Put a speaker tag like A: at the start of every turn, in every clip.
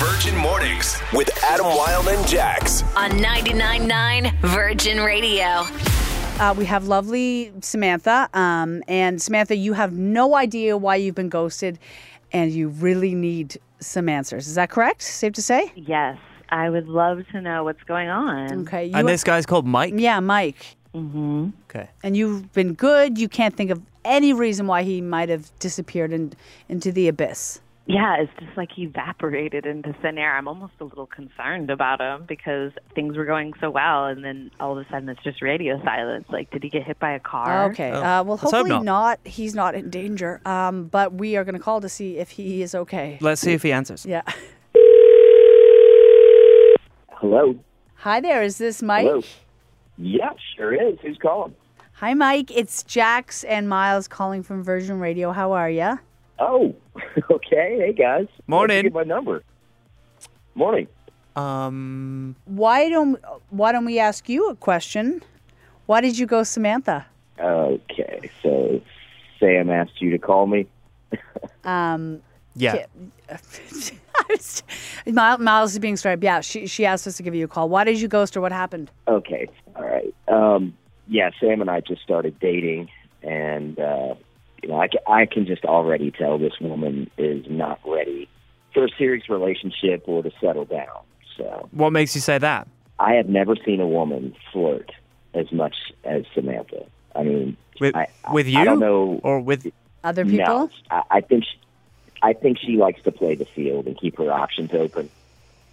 A: Virgin Mornings with Adam Wilde and Jax.
B: on 99.9 Virgin Radio.
C: Uh, we have lovely Samantha. Um, and Samantha, you have no idea why you've been ghosted, and you really need some answers. Is that correct? Safe to say?
D: Mm-hmm.
E: Yes, I would love to know what's going on.
C: Okay. You,
D: And this guy's called Mike.
C: yeah, Mike.
D: Okay.
C: And you've been good. You can't think of any reason why he might have disappeared in, into the abyss.
E: Yeah, it's just like he evaporated into thin air. I'm almost a little concerned about him because things were going so well, and then all of a sudden it's just radio silence. Like, did he get hit by a car?
C: Okay.
D: Oh.
C: Uh, well,
D: Let's hope
C: hopefully
D: not.
C: He's not in danger. Um, but we are going to call to see if he is okay.
D: Let's see if he answers.
C: Yeah.
F: Hello.
C: Hi there. Is this Mike?
F: Hello. Yeah, sure is. Who's calling?
C: Hi, Mike. It's Jax and Miles calling from Virgin Radio. How are ya?
F: Oh, okay. Hey guys.
D: Morning.
F: Where'd you Get my number. Morning.
D: Um,
C: Why don't Why don't we ask you a question? Why did you go, Samantha?
F: Okay, so Sam asked you to call me.
C: Um,
D: yeah.
C: I was- Mile- Miles is being striped. Yeah, she she asked us to give you a call. Why did you ghost her? What happened?
F: Okay. All right. Um, yeah, Sam and I just started dating, and uh, you know, I can, I can just already tell this woman is not ready for a serious relationship or to settle down. So
D: What makes you say that?
F: I have never seen a woman flirt as much as Samantha. I mean,
D: With,
F: I, I-
D: with you?
F: I don't know.
D: Or with.
C: Other people?
F: No, I, I think she, I think she likes to play the field and keep her options open.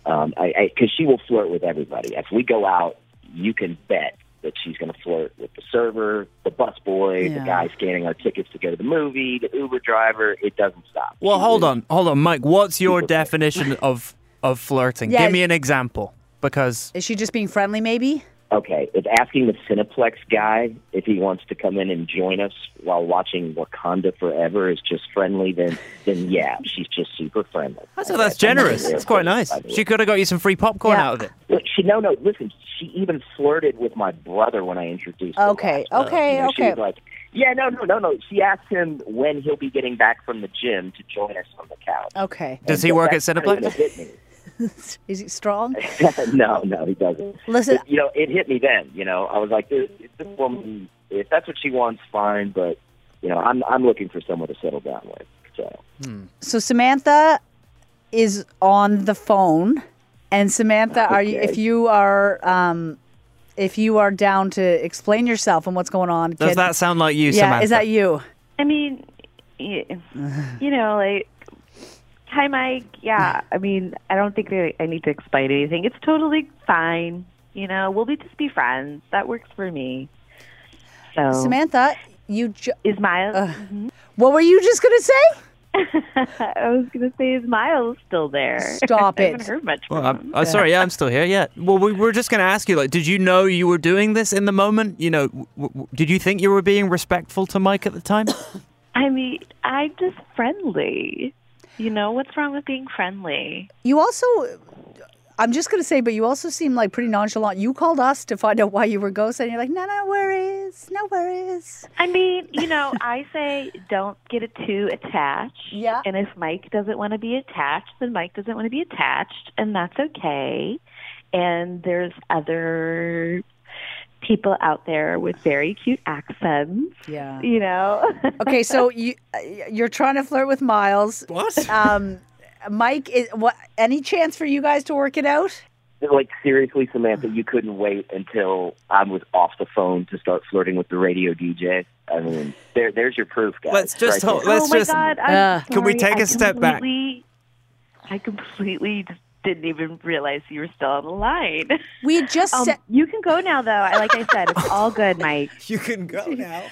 F: Um, I, I, 'cause she will flirt with everybody. If we go out, you can bet that she's going to flirt with the server, the busboy,
C: Yeah.
F: the guy scanning our tickets to go to the movie, the Uber driver. It doesn't stop.
D: Well,
F: She
D: hold
F: is-
D: on. Hold on, Mike. What's your definition of, of flirting?
C: Yeah.
D: Give me an example. Because.
C: Is she just being friendly? Maybe.
F: Okay, it's asking the Cineplex guy if he wants to come in and join us while watching Wakanda Forever is just friendly. Then, then yeah, she's just super friendly.
D: So Oh, that's generous. That's quite nice.
F: By the way.
D: She could have got you some free popcorn
C: Yeah.
D: out of it.
F: Look, she no no listen. She even flirted with my brother when I introduced. her
C: Okay,
F: last time.
C: okay,
F: You know, She
C: okay.
F: was like, yeah, no, no, no, no. She asked him when he'll be getting back from the gym to join us on the couch.
C: Okay.
D: Does
F: And
D: he
F: so
D: work
F: that's
D: at
F: kinda when
D: Cineplex?
F: it hit
C: Is he strong?
F: me. no, no, he doesn't.
C: Listen-
F: It- you know, it hit me then. You know, I was like, this, this woman, if that's what she wants, fine. But you know, I'm I'm looking for someone to settle down with. So
C: So Samantha is on the phone, and Samantha, are you? If
F: Okay.
C: you are, um, if you are down to explain yourself and what's going on,
D: Does
C: kid-
D: that sound like you,
C: yeah,
D: Samantha?
C: is that you?
E: I mean, y- you know, like, hi, Mike. Yeah, I mean, I don't think I I need to explain anything. It's totally fine. You know, we'll be just be friends. That works for me. So,
C: Samantha, uh, you. Ju-
E: is Miles?
C: what were you just gonna say?
E: I was gonna say, is Miles still there?
C: Stop
E: I haven't
C: it.
E: heard much from
D: Well,
E: him.
D: I'm, I'm Uh, sorry. Yeah, I'm still here. Yeah. Well, we were just going to ask you, like, did you know you were doing this in the moment? You know, w- w- did you think you were being respectful to Mike at the time?
E: I mean, I'm just friendly. You know, what's wrong with being friendly?
C: You also. I'm just gonna say, but you also seem like pretty nonchalant. You called us to find out why you were ghosted, and you're like, no, no worries, no worries.
E: I mean, you know, I say don't get it too attached.
C: Yeah.
E: And if Mike doesn't want to be attached, then Mike doesn't want to be attached, and that's okay. And there's other people out there with very cute accents,
C: Yeah.
E: you know.
C: Okay, so you uh, you're trying to flirt with Miles.
D: What?
C: Um, Mike, is, what? Any chance for you guys to work it out?
F: like seriously, Samantha, you couldn't wait until I was off the phone to start flirting with the radio DJ. I mean, there there's your proof, guys.
D: Let's just
F: right
D: hold-
F: there.
D: let's-
E: oh my
D: just-
E: God, I'm
C: Uh,
D: Could we
E: sorry.
D: take
E: I
D: a step back?
E: completely- I completely just didn't even realize you were still on the line.
C: We had just
E: Um,
C: said.
E: you can go now, though. I Like I said, it's all good, Mike.
D: You can go now.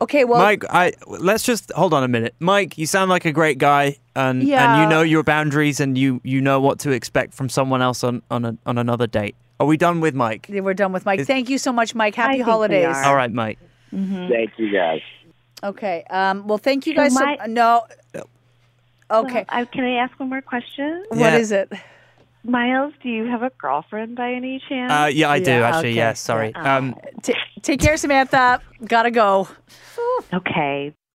C: Okay, well,
D: Mike, I let's just hold on a minute. Mike, you sound like a great guy, and and
C: Yeah.
D: you know your boundaries, and you you know what to expect from someone else on on a, on another date. Are we done with Mike?
C: we're done with Mike.
D: Is-
C: Thank you so much, Mike. Happy
E: think we
C: holidays.
E: are.
D: All right, Mike.
F: Thank you guys.
C: Okay. Um, well, thank you
E: So
C: guys. So,
E: my-
C: no. Okay.
E: Well, I, Uh, can I ask one more question?
C: What
D: Yeah.
C: is it?
E: Miles, do you have a girlfriend by any chance?
D: Uh, yeah, I do
C: Yeah,
D: actually.
C: okay.
D: Yeah, sorry. Um,
C: Ta take care, Samantha. Gotta go.
E: okay.